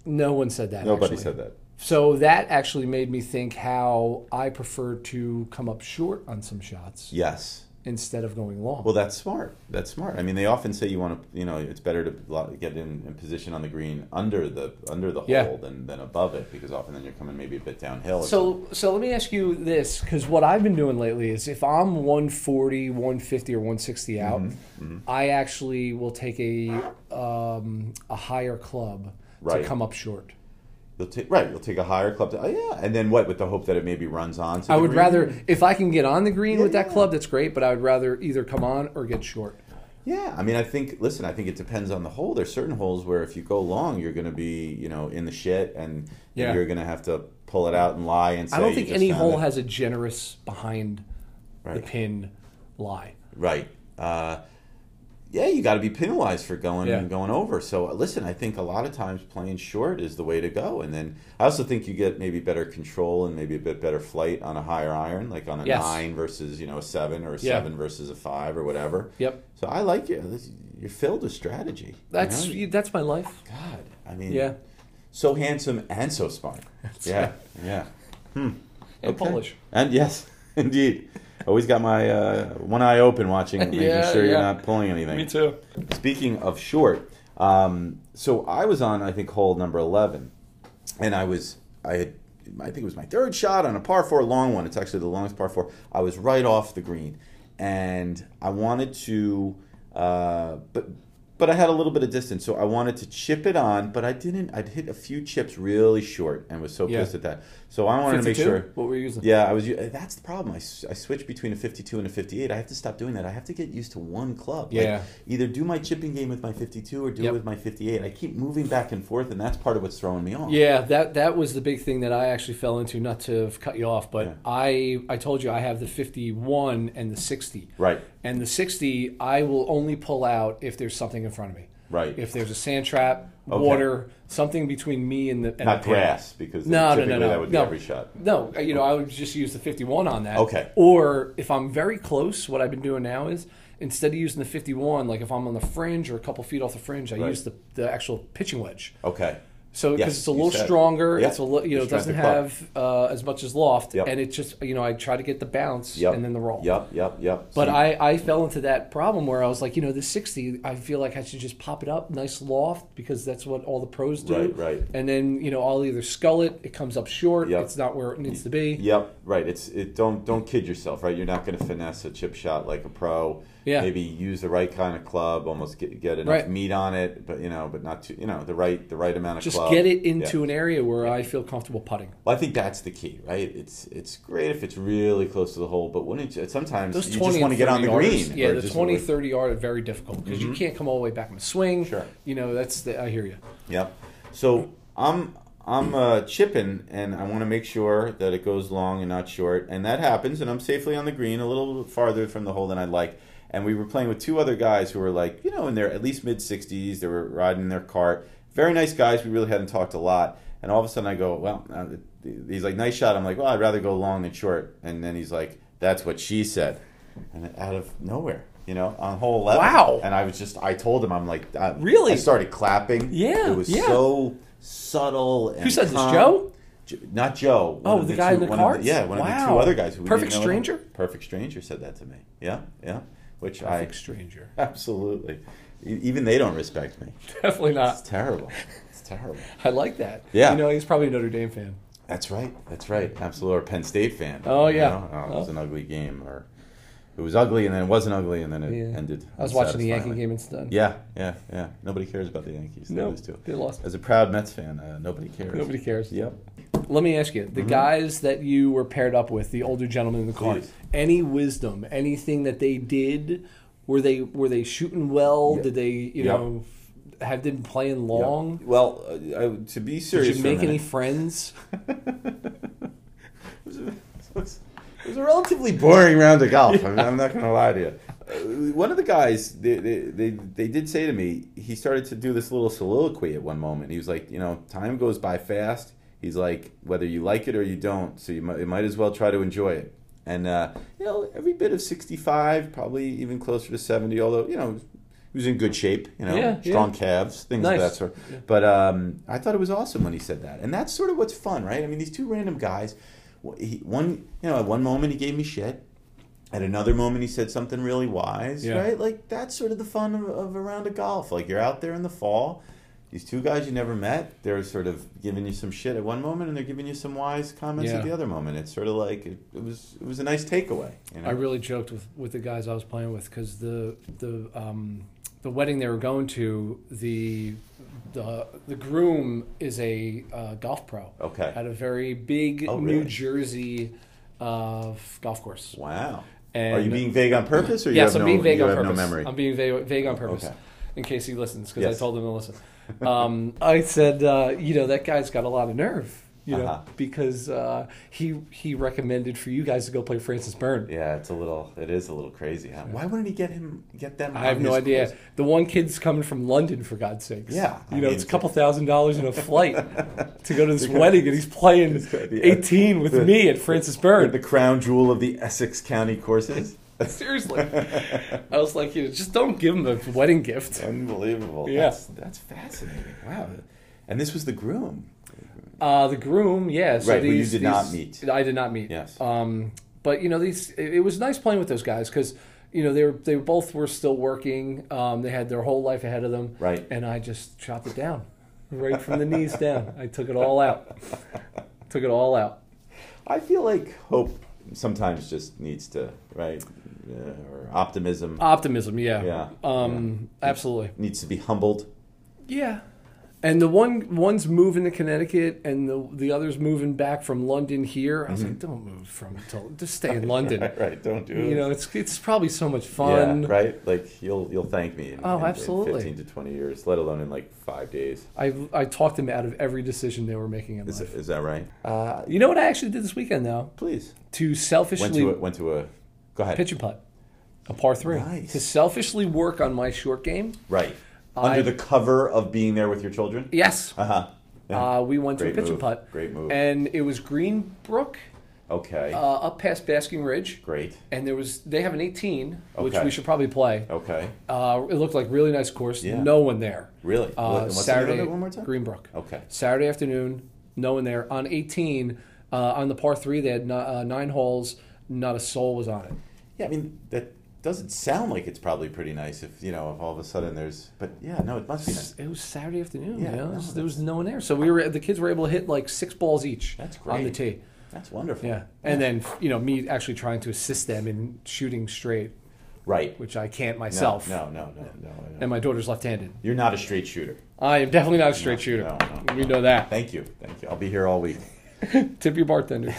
[SPEAKER 2] no one said that.
[SPEAKER 1] Nobody
[SPEAKER 2] actually.
[SPEAKER 1] said that.
[SPEAKER 2] So that actually made me think how I prefer to come up short on some shots
[SPEAKER 1] Yes.
[SPEAKER 2] instead of going long.
[SPEAKER 1] Well, that's smart. That's smart. I mean, they often say you want to, you know, it's better to lo- get in, in position on the green under the under the
[SPEAKER 2] Yeah.
[SPEAKER 1] hole than, than above it because often then you're coming maybe a bit downhill.
[SPEAKER 2] So, so let me ask you this because what I've been doing lately is if I'm 140, 150, or
[SPEAKER 1] Mm-hmm.
[SPEAKER 2] 160 out, I actually will take a um, a higher club
[SPEAKER 1] Right.
[SPEAKER 2] to come up short.
[SPEAKER 1] you'll take right. You'll take a higher club. To, oh yeah, and then what with the hope that it maybe runs on. To
[SPEAKER 2] I
[SPEAKER 1] the
[SPEAKER 2] would
[SPEAKER 1] green?
[SPEAKER 2] rather if I can get on the green with that
[SPEAKER 1] Yeah.
[SPEAKER 2] club, that's great. But I would rather either come on or get short.
[SPEAKER 1] Yeah, I mean, I think. Listen, I think it depends on the hole. There's certain holes where if you go long, you're going to be, you know, in the shit, and
[SPEAKER 2] Yeah.
[SPEAKER 1] you're going to have to pull it out and lie and say.
[SPEAKER 2] I don't
[SPEAKER 1] you
[SPEAKER 2] think
[SPEAKER 1] just
[SPEAKER 2] any
[SPEAKER 1] found
[SPEAKER 2] hole
[SPEAKER 1] it.
[SPEAKER 2] has a generous behind the
[SPEAKER 1] Right.
[SPEAKER 2] pin lie.
[SPEAKER 1] Right. Uh, yeah, you got to be penalized for going
[SPEAKER 2] Yeah.
[SPEAKER 1] and going over. So uh, listen, I think a lot of times playing short is the way to go, and then I also think you get maybe better control and maybe a bit better flight on a higher iron, like on a
[SPEAKER 2] Yes.
[SPEAKER 1] nine versus you know a seven or a seven versus a five or whatever.
[SPEAKER 2] Yep.
[SPEAKER 1] So I like it. This- You're filled with strategy.
[SPEAKER 2] That's
[SPEAKER 1] you know?
[SPEAKER 2] that's my life.
[SPEAKER 1] God. I mean,
[SPEAKER 2] Yeah,
[SPEAKER 1] so handsome and so smart. yeah,
[SPEAKER 2] right.
[SPEAKER 1] yeah.
[SPEAKER 2] and
[SPEAKER 1] Okay.
[SPEAKER 2] Polish.
[SPEAKER 1] And yes, indeed. Always got my uh, one eye open watching, making
[SPEAKER 2] Yeah,
[SPEAKER 1] sure you're
[SPEAKER 2] yeah.
[SPEAKER 1] not pulling anything.
[SPEAKER 2] Me too.
[SPEAKER 1] Speaking of short, um, so I was on I think hole number eleven, and I was I had I think it was my third shot on a par four long one. It's actually the longest par four. I was right off the green, and I wanted to, uh, but but I had a little bit of distance, so I wanted to chip it on, but I didn't. I'd hit a few chips really short, and was so
[SPEAKER 2] Yeah.
[SPEAKER 1] pissed at that. So I wanted to
[SPEAKER 2] 52?
[SPEAKER 1] make sure.
[SPEAKER 2] what we're using.
[SPEAKER 1] Yeah, I was. u- That's the problem. I, s- I switch between a 52 and a 58. I have to stop doing that. I have to get used to one club. Like,
[SPEAKER 2] Yeah.
[SPEAKER 1] either do my chipping game with my 52 or do it
[SPEAKER 2] Yep.
[SPEAKER 1] with my 58. I keep moving back and forth, and that's part of what's throwing me off.
[SPEAKER 2] Yeah, that that was the big thing that I actually fell into. Not to have cut you off, but
[SPEAKER 1] Yeah.
[SPEAKER 2] I I told you I have the fifty one and the sixty.
[SPEAKER 1] Right.
[SPEAKER 2] And the sixty I will only pull out if there's something in front of me.
[SPEAKER 1] Right.
[SPEAKER 2] If there's a sand trap,
[SPEAKER 1] Okay.
[SPEAKER 2] water, something between me and the and
[SPEAKER 1] Not
[SPEAKER 2] the pin.
[SPEAKER 1] grass because
[SPEAKER 2] No, no,
[SPEAKER 1] typically
[SPEAKER 2] no, no.
[SPEAKER 1] that would be
[SPEAKER 2] no.
[SPEAKER 1] every shot.
[SPEAKER 2] No, uh, you know, I would just use the 51 on that.
[SPEAKER 1] Okay.
[SPEAKER 2] Or if I'm very close, what I've been doing now is instead of using the 51, like if I'm on the fringe or a couple feet off the fringe, I
[SPEAKER 1] Right.
[SPEAKER 2] use the, the actual pitching wedge.
[SPEAKER 1] Okay.
[SPEAKER 2] So because
[SPEAKER 1] Yes,
[SPEAKER 2] it's a
[SPEAKER 1] you
[SPEAKER 2] little
[SPEAKER 1] said.
[SPEAKER 2] stronger,
[SPEAKER 1] Yeah.
[SPEAKER 2] it's a little you know it
[SPEAKER 1] It's
[SPEAKER 2] doesn't
[SPEAKER 1] trying to
[SPEAKER 2] have uh, as much as loft,
[SPEAKER 1] Yep.
[SPEAKER 2] and it just you know I try to get the bounce
[SPEAKER 1] Yep.
[SPEAKER 2] and then the roll.
[SPEAKER 1] Yep, yep, yep.
[SPEAKER 2] But
[SPEAKER 1] So-
[SPEAKER 2] I, I fell into that problem where I was like, you know, the 60, I feel like I should just pop it up, nice loft, because that's what all the pros do.
[SPEAKER 1] Right, right.
[SPEAKER 2] And then, you know, I'll either scull it, it comes up short,
[SPEAKER 1] Yep.
[SPEAKER 2] it's not where it needs to be.
[SPEAKER 1] Yep, right. It's it. Don't don't kid yourself, right? You're not going to finesse a chip shot like a pro.
[SPEAKER 2] Yeah.
[SPEAKER 1] Maybe use the right kind of club, almost get get enough
[SPEAKER 2] Right.
[SPEAKER 1] meat on it, but you know, but not too, you know, the right the right amount of
[SPEAKER 2] Just
[SPEAKER 1] club.
[SPEAKER 2] get it
[SPEAKER 1] Yeah.
[SPEAKER 2] into an area where I feel comfortable putting.
[SPEAKER 1] Well, I think that's the key, right? It's it's great if it's really close to the hole, but when it, sometimes
[SPEAKER 2] Those
[SPEAKER 1] you
[SPEAKER 2] 20
[SPEAKER 1] just want to
[SPEAKER 2] and
[SPEAKER 1] get on the
[SPEAKER 2] 30 yards,
[SPEAKER 1] green.
[SPEAKER 2] Yeah,
[SPEAKER 1] or
[SPEAKER 2] the
[SPEAKER 1] just- Mm-hmm.
[SPEAKER 2] 20, 30 yard are very difficult because you can't come all the way back in the swing.
[SPEAKER 1] Sure.
[SPEAKER 2] You know, that's the, I hear you.
[SPEAKER 1] Yep. So I'm I'm uh, chipping, and I want to make sure that it goes long and not short, and that happens, and I'm safely on the green, a little farther from the hole than I'd like. And we were playing with two other guys who were like, you know, in their at least mid 60s. They were riding their cart. Very nice guys. We really hadn't talked a lot. And all of a sudden, I go, well, uh, he's like, nice shot. I'm like, well, I'd rather go long than short. And then he's like, that's what she said. And out of nowhere, you know, on hole 11.
[SPEAKER 2] Wow.
[SPEAKER 1] And I was just, I told him, I'm like, I,
[SPEAKER 2] Really?
[SPEAKER 1] I started clapping.
[SPEAKER 2] Yeah,
[SPEAKER 1] it was
[SPEAKER 2] yeah.
[SPEAKER 1] so subtle. And
[SPEAKER 2] Who said this,
[SPEAKER 1] calm.
[SPEAKER 2] Joe?
[SPEAKER 1] J- Not Joe.
[SPEAKER 2] Oh,
[SPEAKER 1] one of
[SPEAKER 2] the guy in
[SPEAKER 1] two-
[SPEAKER 2] the
[SPEAKER 1] one of
[SPEAKER 2] carts?
[SPEAKER 1] yeah, one of the
[SPEAKER 2] Wow.
[SPEAKER 1] two other guys. Who we
[SPEAKER 2] Perfect
[SPEAKER 1] didn't know about.
[SPEAKER 2] stranger?
[SPEAKER 1] Perfect stranger said that to me. Yeah, yeah. Which
[SPEAKER 2] Perfect
[SPEAKER 1] I
[SPEAKER 2] stranger.
[SPEAKER 1] absolutely. e- Even they don't respect me.
[SPEAKER 2] Definitely not.
[SPEAKER 1] It's terrible. It's terrible.
[SPEAKER 2] I like that.
[SPEAKER 1] Yeah.
[SPEAKER 2] You know, he's probably a Notre Dame fan.
[SPEAKER 1] That's right. That's right. Absolutely. Or Penn State fan.
[SPEAKER 2] Oh,
[SPEAKER 1] you
[SPEAKER 2] yeah.
[SPEAKER 1] know? Oh, it was
[SPEAKER 2] Oh.
[SPEAKER 1] an ugly game, or it was ugly and then it wasn't ugly and then it
[SPEAKER 2] Yeah.
[SPEAKER 1] ended.
[SPEAKER 2] I was watching the Yankee
[SPEAKER 1] unsatisfyingly.
[SPEAKER 2] game instead.
[SPEAKER 1] Yeah, yeah, yeah. Nobody cares about the Yankees. They
[SPEAKER 2] No,
[SPEAKER 1] lose too.
[SPEAKER 2] they lost.
[SPEAKER 1] As a proud Mets fan, uh, nobody cares.
[SPEAKER 2] Nobody cares.
[SPEAKER 1] Yep. Mm-hmm.
[SPEAKER 2] Let me ask you: the guys that you were paired up with, the older gentlemen in the car,
[SPEAKER 1] Please.
[SPEAKER 2] any wisdom, anything that they did? Were they were they shooting well?
[SPEAKER 1] Yeah.
[SPEAKER 2] Did they you
[SPEAKER 1] Yeah.
[SPEAKER 2] know have they been playing long?
[SPEAKER 1] Well, uh, I, to be serious,
[SPEAKER 2] Did you
[SPEAKER 1] for a
[SPEAKER 2] make any
[SPEAKER 1] minute,
[SPEAKER 2] friends?
[SPEAKER 1] it, was a, it was a relatively boring round of golf. I mean, I'm not going to lie to you. Uh, One of the guys, they, they, they, they did say to me, he started to do this little soliloquy at one moment. He was like, you know, time goes by fast. He's like, whether you like it or you don't, so you might, you might as well try to enjoy it. And, uh, you know, every bit of 65, probably even closer to 70, although, you know, he was in good shape, you know,
[SPEAKER 2] Yeah, yeah.
[SPEAKER 1] strong calves, things
[SPEAKER 2] Nice.
[SPEAKER 1] of that sort. But um, I thought it was awesome when he said that, and that's sort of what's fun, right? I mean, these two random guys. wh- He, one, you know, at one moment he gave me shit. At another moment, he said something really wise,
[SPEAKER 2] Yeah.
[SPEAKER 1] right? Like that's sort of the fun of, of a round of golf. Like you're out there in the fall. These two guys you never met, they're sort of giving you some shit at one moment, and they're giving you some wise comments
[SPEAKER 2] Yeah.
[SPEAKER 1] at the other moment. It's sort of like it, it was. It was a nice takeaway. You know?
[SPEAKER 2] I really joked with, with the guys I was playing with because the the um, the wedding they were going to the the the groom is a uh, golf pro.
[SPEAKER 1] Okay.
[SPEAKER 2] At a very big
[SPEAKER 1] Oh,
[SPEAKER 2] New
[SPEAKER 1] really?
[SPEAKER 2] Jersey uh, golf course.
[SPEAKER 1] wow.
[SPEAKER 2] And-
[SPEAKER 1] are you being vague on purpose, or you
[SPEAKER 2] yes,
[SPEAKER 1] have
[SPEAKER 2] I'm
[SPEAKER 1] no,
[SPEAKER 2] being vague
[SPEAKER 1] you
[SPEAKER 2] on
[SPEAKER 1] have
[SPEAKER 2] purpose.
[SPEAKER 1] no memory?
[SPEAKER 2] I'm being vague, vague on purpose
[SPEAKER 1] Okay.
[SPEAKER 2] in case he listens because
[SPEAKER 1] Yes.
[SPEAKER 2] I told him to listen. Um, I said, uh, you know, that guy's got a lot of nerve, you know,
[SPEAKER 1] Uh-huh.
[SPEAKER 2] because uh, he he recommended for you guys to go play Francis Byrne.
[SPEAKER 1] Yeah, it's a little. It is a little crazy. Huh? Why wouldn't he get him? Get them?
[SPEAKER 2] I have
[SPEAKER 1] on
[SPEAKER 2] no
[SPEAKER 1] his
[SPEAKER 2] idea.
[SPEAKER 1] course?
[SPEAKER 2] The one kid's coming from London, for God's sakes.
[SPEAKER 1] Yeah,
[SPEAKER 2] you
[SPEAKER 1] I
[SPEAKER 2] know,
[SPEAKER 1] mean,
[SPEAKER 2] it's a couple thousand dollars in a flight to go to this wedding, and he's playing
[SPEAKER 1] gotta be-
[SPEAKER 2] 18 with me at Francis Byrne.
[SPEAKER 1] The crown jewel of the Essex County courses.
[SPEAKER 2] Seriously, I was like, you know, just don't give him a wedding gift.
[SPEAKER 1] Unbelievable.
[SPEAKER 2] Yeah.
[SPEAKER 1] That's, that's fascinating. Wow. And this was the groom.
[SPEAKER 2] Uh, the groom, yeah. So
[SPEAKER 1] Right, who you
[SPEAKER 2] these-
[SPEAKER 1] did not
[SPEAKER 2] these-
[SPEAKER 1] meet.
[SPEAKER 2] I did not meet.
[SPEAKER 1] Yes.
[SPEAKER 2] Um, but you know, these it, it was nice playing with those guys because you know they were they both were still working. Um, they had their whole life ahead of them.
[SPEAKER 1] Right.
[SPEAKER 2] And I just chopped it down, right from the knees down. I took it all out. took it all out.
[SPEAKER 1] I feel like hope sometimes just needs to, right? Uh, or optimism
[SPEAKER 2] Optimism, yeah.
[SPEAKER 1] Yeah,
[SPEAKER 2] Um, absolutely.
[SPEAKER 1] needs to be humbled.
[SPEAKER 2] Yeah. And the one one's moving to Connecticut, and the the other's moving back from London here. I was like, don't move from till, just stay in London.
[SPEAKER 1] Mm-hmm. Right, right, don't do it.
[SPEAKER 2] You know, it's it's probably so much fun.
[SPEAKER 1] Mm. yeah, right? Like you'll you'll thank me in,
[SPEAKER 2] Oh,
[SPEAKER 1] in- in
[SPEAKER 2] absolutely.
[SPEAKER 1] 15 to 20 years, let alone in like 5 days.
[SPEAKER 2] I I talked them out of every decision they were making in
[SPEAKER 1] Is,
[SPEAKER 2] life.
[SPEAKER 1] is that right? Uh,
[SPEAKER 2] You know what I actually did this weekend though?
[SPEAKER 1] please.
[SPEAKER 2] To
[SPEAKER 1] Went
[SPEAKER 2] selfishly
[SPEAKER 1] to a, went to a Go ahead.
[SPEAKER 2] pitch and putt, a par three.
[SPEAKER 1] Nice.
[SPEAKER 2] To selfishly work on my short game.
[SPEAKER 1] Right.
[SPEAKER 2] I-
[SPEAKER 1] Under the cover of being there with your children?
[SPEAKER 2] Yes.
[SPEAKER 1] Uh-huh. Yeah.
[SPEAKER 2] Uh, we went to a
[SPEAKER 1] Great
[SPEAKER 2] pitch and
[SPEAKER 1] move.
[SPEAKER 2] putt.
[SPEAKER 1] Great move.
[SPEAKER 2] And it was Greenbrook,
[SPEAKER 1] okay.
[SPEAKER 2] uh, up past Basking Ridge.
[SPEAKER 1] Great.
[SPEAKER 2] And there was they have an 18, which
[SPEAKER 1] Okay.
[SPEAKER 2] we should probably play.
[SPEAKER 1] Okay.
[SPEAKER 2] Uh, it looked like really nice course.
[SPEAKER 1] Yeah.
[SPEAKER 2] No one there.
[SPEAKER 1] Really?
[SPEAKER 2] Uh,
[SPEAKER 1] What- and what's the name of
[SPEAKER 2] Saturday.
[SPEAKER 1] it one more time?
[SPEAKER 2] Greenbrook.
[SPEAKER 1] Okay.
[SPEAKER 2] Saturday afternoon. No one there. On 18, uh, on the par three, they had ni- uh, nine holes. Not a soul was on it.
[SPEAKER 1] Yeah, I mean that doesn't sound like it's probably pretty nice if you know if all of a sudden there's but yeah no it must be nice.
[SPEAKER 2] It was Saturday afternoon.
[SPEAKER 1] Yeah,
[SPEAKER 2] you know?
[SPEAKER 1] no,
[SPEAKER 2] there was no one there. So we were the kids were able to hit like six balls each
[SPEAKER 1] That's
[SPEAKER 2] on the
[SPEAKER 1] great.
[SPEAKER 2] tee.
[SPEAKER 1] That's wonderful.
[SPEAKER 2] Yeah. And then you know me actually trying to assist them in shooting straight,
[SPEAKER 1] Right.
[SPEAKER 2] which I can't
[SPEAKER 1] No,
[SPEAKER 2] myself.
[SPEAKER 1] No, no, no, no. I know.
[SPEAKER 2] And my daughter's left-handed.
[SPEAKER 1] You're not a straight shooter.
[SPEAKER 2] I am definitely not a straight shooter.
[SPEAKER 1] no, no,
[SPEAKER 2] we know that.
[SPEAKER 1] Thank you. Thank you. I'll be here all week.
[SPEAKER 2] Tip your bartender.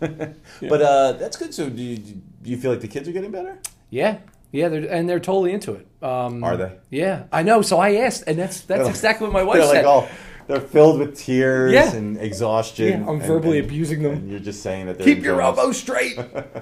[SPEAKER 1] But uh, that's good. So do you, do you feel like the kids are getting better?
[SPEAKER 2] Yeah, yeah, they're, and they're totally into it. Um,
[SPEAKER 1] Are they?
[SPEAKER 2] Yeah, I know. So I asked, and that's that's
[SPEAKER 1] like-
[SPEAKER 2] exactly what my wife
[SPEAKER 1] They're
[SPEAKER 2] Oh, said.
[SPEAKER 1] like all they're filled with tears
[SPEAKER 2] Yeah.
[SPEAKER 1] and exhaustion.
[SPEAKER 2] Yeah, I'm
[SPEAKER 1] and-
[SPEAKER 2] verbally
[SPEAKER 1] and-
[SPEAKER 2] abusing them.
[SPEAKER 1] And you're just saying that they're
[SPEAKER 2] Keep your
[SPEAKER 1] exhausted.
[SPEAKER 2] elbow straight.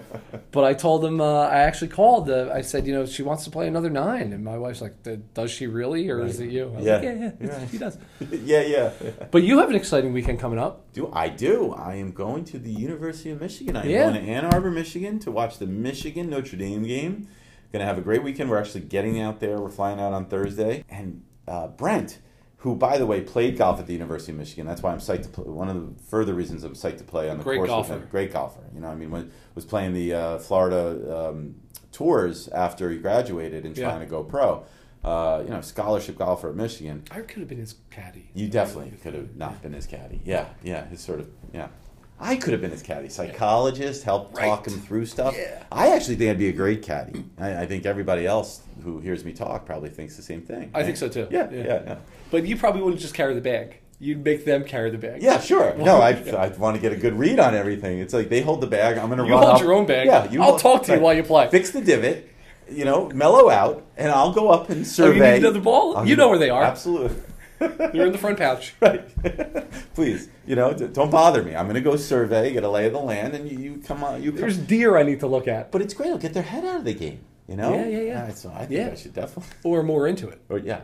[SPEAKER 2] but I told them uh, I actually called. Uh, I said, you know, she wants to play another nine, and my wife's like, "D- "Does she really, or is it you?" I was
[SPEAKER 1] Yeah.
[SPEAKER 2] like, yeah, yeah, it's-
[SPEAKER 1] Yeah.
[SPEAKER 2] she does.
[SPEAKER 1] yeah, yeah.
[SPEAKER 2] But you have an exciting weekend coming up.
[SPEAKER 1] Do I do? I am going to the University of Michigan. I am
[SPEAKER 2] Yeah.
[SPEAKER 1] going to Ann Arbor, Michigan, to watch the Michigan Notre Dame game. Going to have a great weekend. We're actually getting out there. We're flying out on Thursday. And uh, Brent, who by the way played golf at the University of Michigan, that's why I'm psyched to play. One of the further reasons I'm psyched to play on the
[SPEAKER 2] Great
[SPEAKER 1] course
[SPEAKER 2] golfer.
[SPEAKER 1] with him. Great golfer. You know, I mean, when, was playing the uh, Florida um, tours after he graduated and
[SPEAKER 2] Yeah.
[SPEAKER 1] trying to go pro. Uh, you know, scholarship golfer at Michigan.
[SPEAKER 2] I could have been his caddy.
[SPEAKER 1] You definitely could have not been his caddy. Yeah, yeah, his sort of yeah. I could have been his caddy, psychologist, help talk
[SPEAKER 2] Right.
[SPEAKER 1] him through stuff.
[SPEAKER 2] Yeah.
[SPEAKER 1] I actually think I'd be a great caddy. I, I think everybody else who hears me talk probably thinks the same thing.
[SPEAKER 2] I think so too.
[SPEAKER 1] Yeah,
[SPEAKER 2] Yeah.
[SPEAKER 1] yeah, yeah. yeah.
[SPEAKER 2] But you probably wouldn't just carry the bag. You'd make them carry the bag.
[SPEAKER 1] sure. No, I, I want to get a good read on everything. It's like they hold the bag. I'm going to
[SPEAKER 2] You
[SPEAKER 1] run
[SPEAKER 2] hold
[SPEAKER 1] up-
[SPEAKER 2] your own bag.
[SPEAKER 1] Yeah, you
[SPEAKER 2] I'll
[SPEAKER 1] hold-
[SPEAKER 2] talk to you while you play.
[SPEAKER 1] Fix the divot. You know, mellow out, and I'll go up and
[SPEAKER 2] Oh, you
[SPEAKER 1] survey.
[SPEAKER 2] need another ball?
[SPEAKER 1] I'll
[SPEAKER 2] You
[SPEAKER 1] get-
[SPEAKER 2] know where they are.
[SPEAKER 1] Absolutely.
[SPEAKER 2] They're in the front pouch.
[SPEAKER 1] right. Please, you know, d- don't bother me. I'm going to go survey, get a lay of the land, and you, you come on. You come.
[SPEAKER 2] There's deer I need to look at,
[SPEAKER 1] but it's great. It'll get their head out of the game. You know.
[SPEAKER 2] Yeah, yeah, yeah.
[SPEAKER 1] Uh, so I think
[SPEAKER 2] Yeah.
[SPEAKER 1] I should definitely.
[SPEAKER 2] or more into it,
[SPEAKER 1] Or yeah,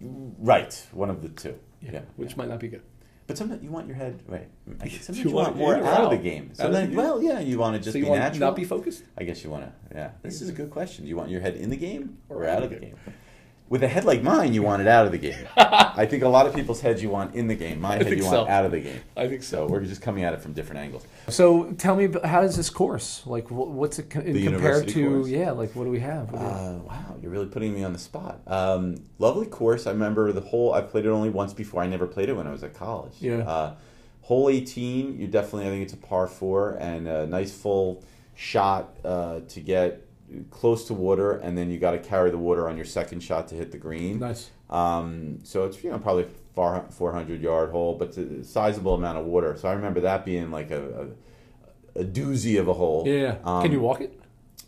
[SPEAKER 1] right. One of the two. Yeah.
[SPEAKER 2] which might not be good.
[SPEAKER 1] But sometimes you want your head right. Sometimes
[SPEAKER 2] You
[SPEAKER 1] you,
[SPEAKER 2] want
[SPEAKER 1] want, more
[SPEAKER 2] in or
[SPEAKER 1] out of
[SPEAKER 2] out?
[SPEAKER 1] the game.
[SPEAKER 2] Out of the
[SPEAKER 1] Sometimes,
[SPEAKER 2] game.
[SPEAKER 1] well, yeah, you want to just
[SPEAKER 2] so you
[SPEAKER 1] be
[SPEAKER 2] want to
[SPEAKER 1] natural.
[SPEAKER 2] not be focused?
[SPEAKER 1] I guess you want to. Yeah. This is a good question. Do you want your head in the game or, out of the game?
[SPEAKER 2] game.
[SPEAKER 1] With a head like mine, you want it out of the game. I think a lot of people's heads you want in the game. My head
[SPEAKER 2] think
[SPEAKER 1] you
[SPEAKER 2] so.
[SPEAKER 1] want out of the game.
[SPEAKER 2] I think
[SPEAKER 1] So
[SPEAKER 2] so.
[SPEAKER 1] we're just coming at it from different angles.
[SPEAKER 2] So tell me, about- how does this course like? wh- What's it co- in
[SPEAKER 1] The
[SPEAKER 2] compared
[SPEAKER 1] university
[SPEAKER 2] to?
[SPEAKER 1] course?
[SPEAKER 2] Yeah, like what do we have? What do we-
[SPEAKER 1] Uh, wow, you're really putting me on the spot. Um, lovely course. I remember the whole. I played it only once before. I never played it when I was at college.
[SPEAKER 2] Yeah.
[SPEAKER 1] Uh, hole 18. You definitely. I think it's a par four and a nice full shot uh, to get close to water, and then you got to carry the water on your second shot to hit the green.
[SPEAKER 2] nice.
[SPEAKER 1] Um, so it's you know probably far 400 yard hole, but it's a sizable amount of water. So I remember that being like a, a, a doozy of a hole.
[SPEAKER 2] Yeah. yeah.
[SPEAKER 1] Um,
[SPEAKER 2] Can you walk it?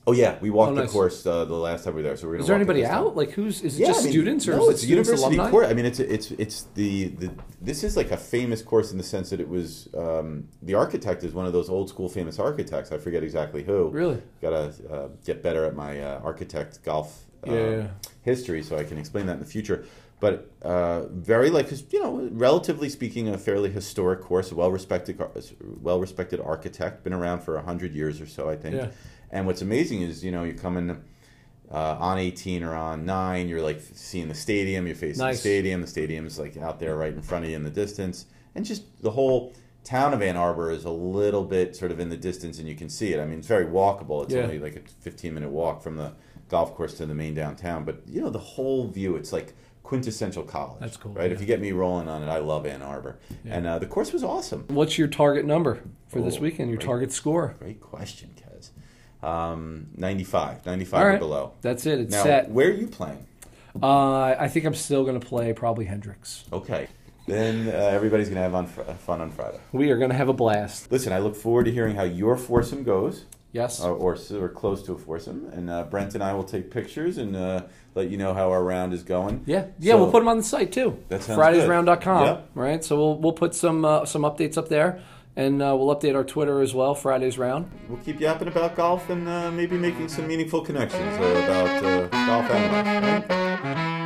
[SPEAKER 1] Oh yeah, we walked
[SPEAKER 2] Oh,
[SPEAKER 1] the
[SPEAKER 2] nice.
[SPEAKER 1] course uh, the last time we were there. So we're gonna.
[SPEAKER 2] Is there
[SPEAKER 1] walk it
[SPEAKER 2] anybody
[SPEAKER 1] this time.
[SPEAKER 2] out? Like who's? Is it
[SPEAKER 1] Yeah,
[SPEAKER 2] just
[SPEAKER 1] I mean,
[SPEAKER 2] students or
[SPEAKER 1] no,
[SPEAKER 2] is it
[SPEAKER 1] it's a
[SPEAKER 2] students
[SPEAKER 1] university
[SPEAKER 2] alumni?
[SPEAKER 1] course. I mean, it's a, it's it's the, the this is like a famous course in the sense that it was um, the architect is one of those old school famous architects. I forget exactly who.
[SPEAKER 2] Really?
[SPEAKER 1] Gotta uh, get better at my uh, architect golf uh,
[SPEAKER 2] Yeah.
[SPEAKER 1] history so I can explain that in the future. but uh, very like 'cause, you know relatively speaking a fairly historic course a well-respected well-respected architect been around for 100 years or so i think
[SPEAKER 2] Yeah.
[SPEAKER 1] and what's amazing is you know you come in uh, on 18 or on 9 you're like seeing the stadium you're facing the
[SPEAKER 2] Nice.
[SPEAKER 1] stadium the stadium's like out there right in front of you in the distance and just the whole town of ann arbor is a little bit sort of in the distance and you can see it i mean it's very walkable it's
[SPEAKER 2] Yeah.
[SPEAKER 1] only like a 15 minute walk from the golf course to the main downtown but you know the whole view it's like quintessential college
[SPEAKER 2] That's cool,
[SPEAKER 1] right
[SPEAKER 2] yeah.
[SPEAKER 1] if you get me rolling on it i love ann arbor and uh, the course was awesome
[SPEAKER 2] What's your target number for
[SPEAKER 1] Oh,
[SPEAKER 2] this weekend? Your
[SPEAKER 1] right.
[SPEAKER 2] target score.
[SPEAKER 1] great question kez um, 95 95
[SPEAKER 2] All
[SPEAKER 1] or
[SPEAKER 2] right.
[SPEAKER 1] below
[SPEAKER 2] That's it. It's
[SPEAKER 1] now
[SPEAKER 2] set.
[SPEAKER 1] where are you playing
[SPEAKER 2] Uh, I think I'm still going to play probably Hendrix.
[SPEAKER 1] Okay. Then uh, everybody's going to have on fr- fun on Friday.
[SPEAKER 2] We are going to have a blast.
[SPEAKER 1] Listen, I look forward to hearing how your foursome goes, uh,
[SPEAKER 2] Yes.
[SPEAKER 1] or or, s- or close to a foursome. And uh, Brent and I will take pictures and uh, let you know how our round is going.
[SPEAKER 2] Yeah, yeah,
[SPEAKER 1] So-
[SPEAKER 2] we'll put them on the site too.
[SPEAKER 1] That sounds good.
[SPEAKER 2] Fridaysround.com,
[SPEAKER 1] Yep.
[SPEAKER 2] right? So we'll we'll put some uh, some updates up there, and uh, we'll update our Twitter as well. Fridays Round.
[SPEAKER 1] We'll keep yapping about golf and uh, maybe making some meaningful connections uh, about uh, golf and life. right?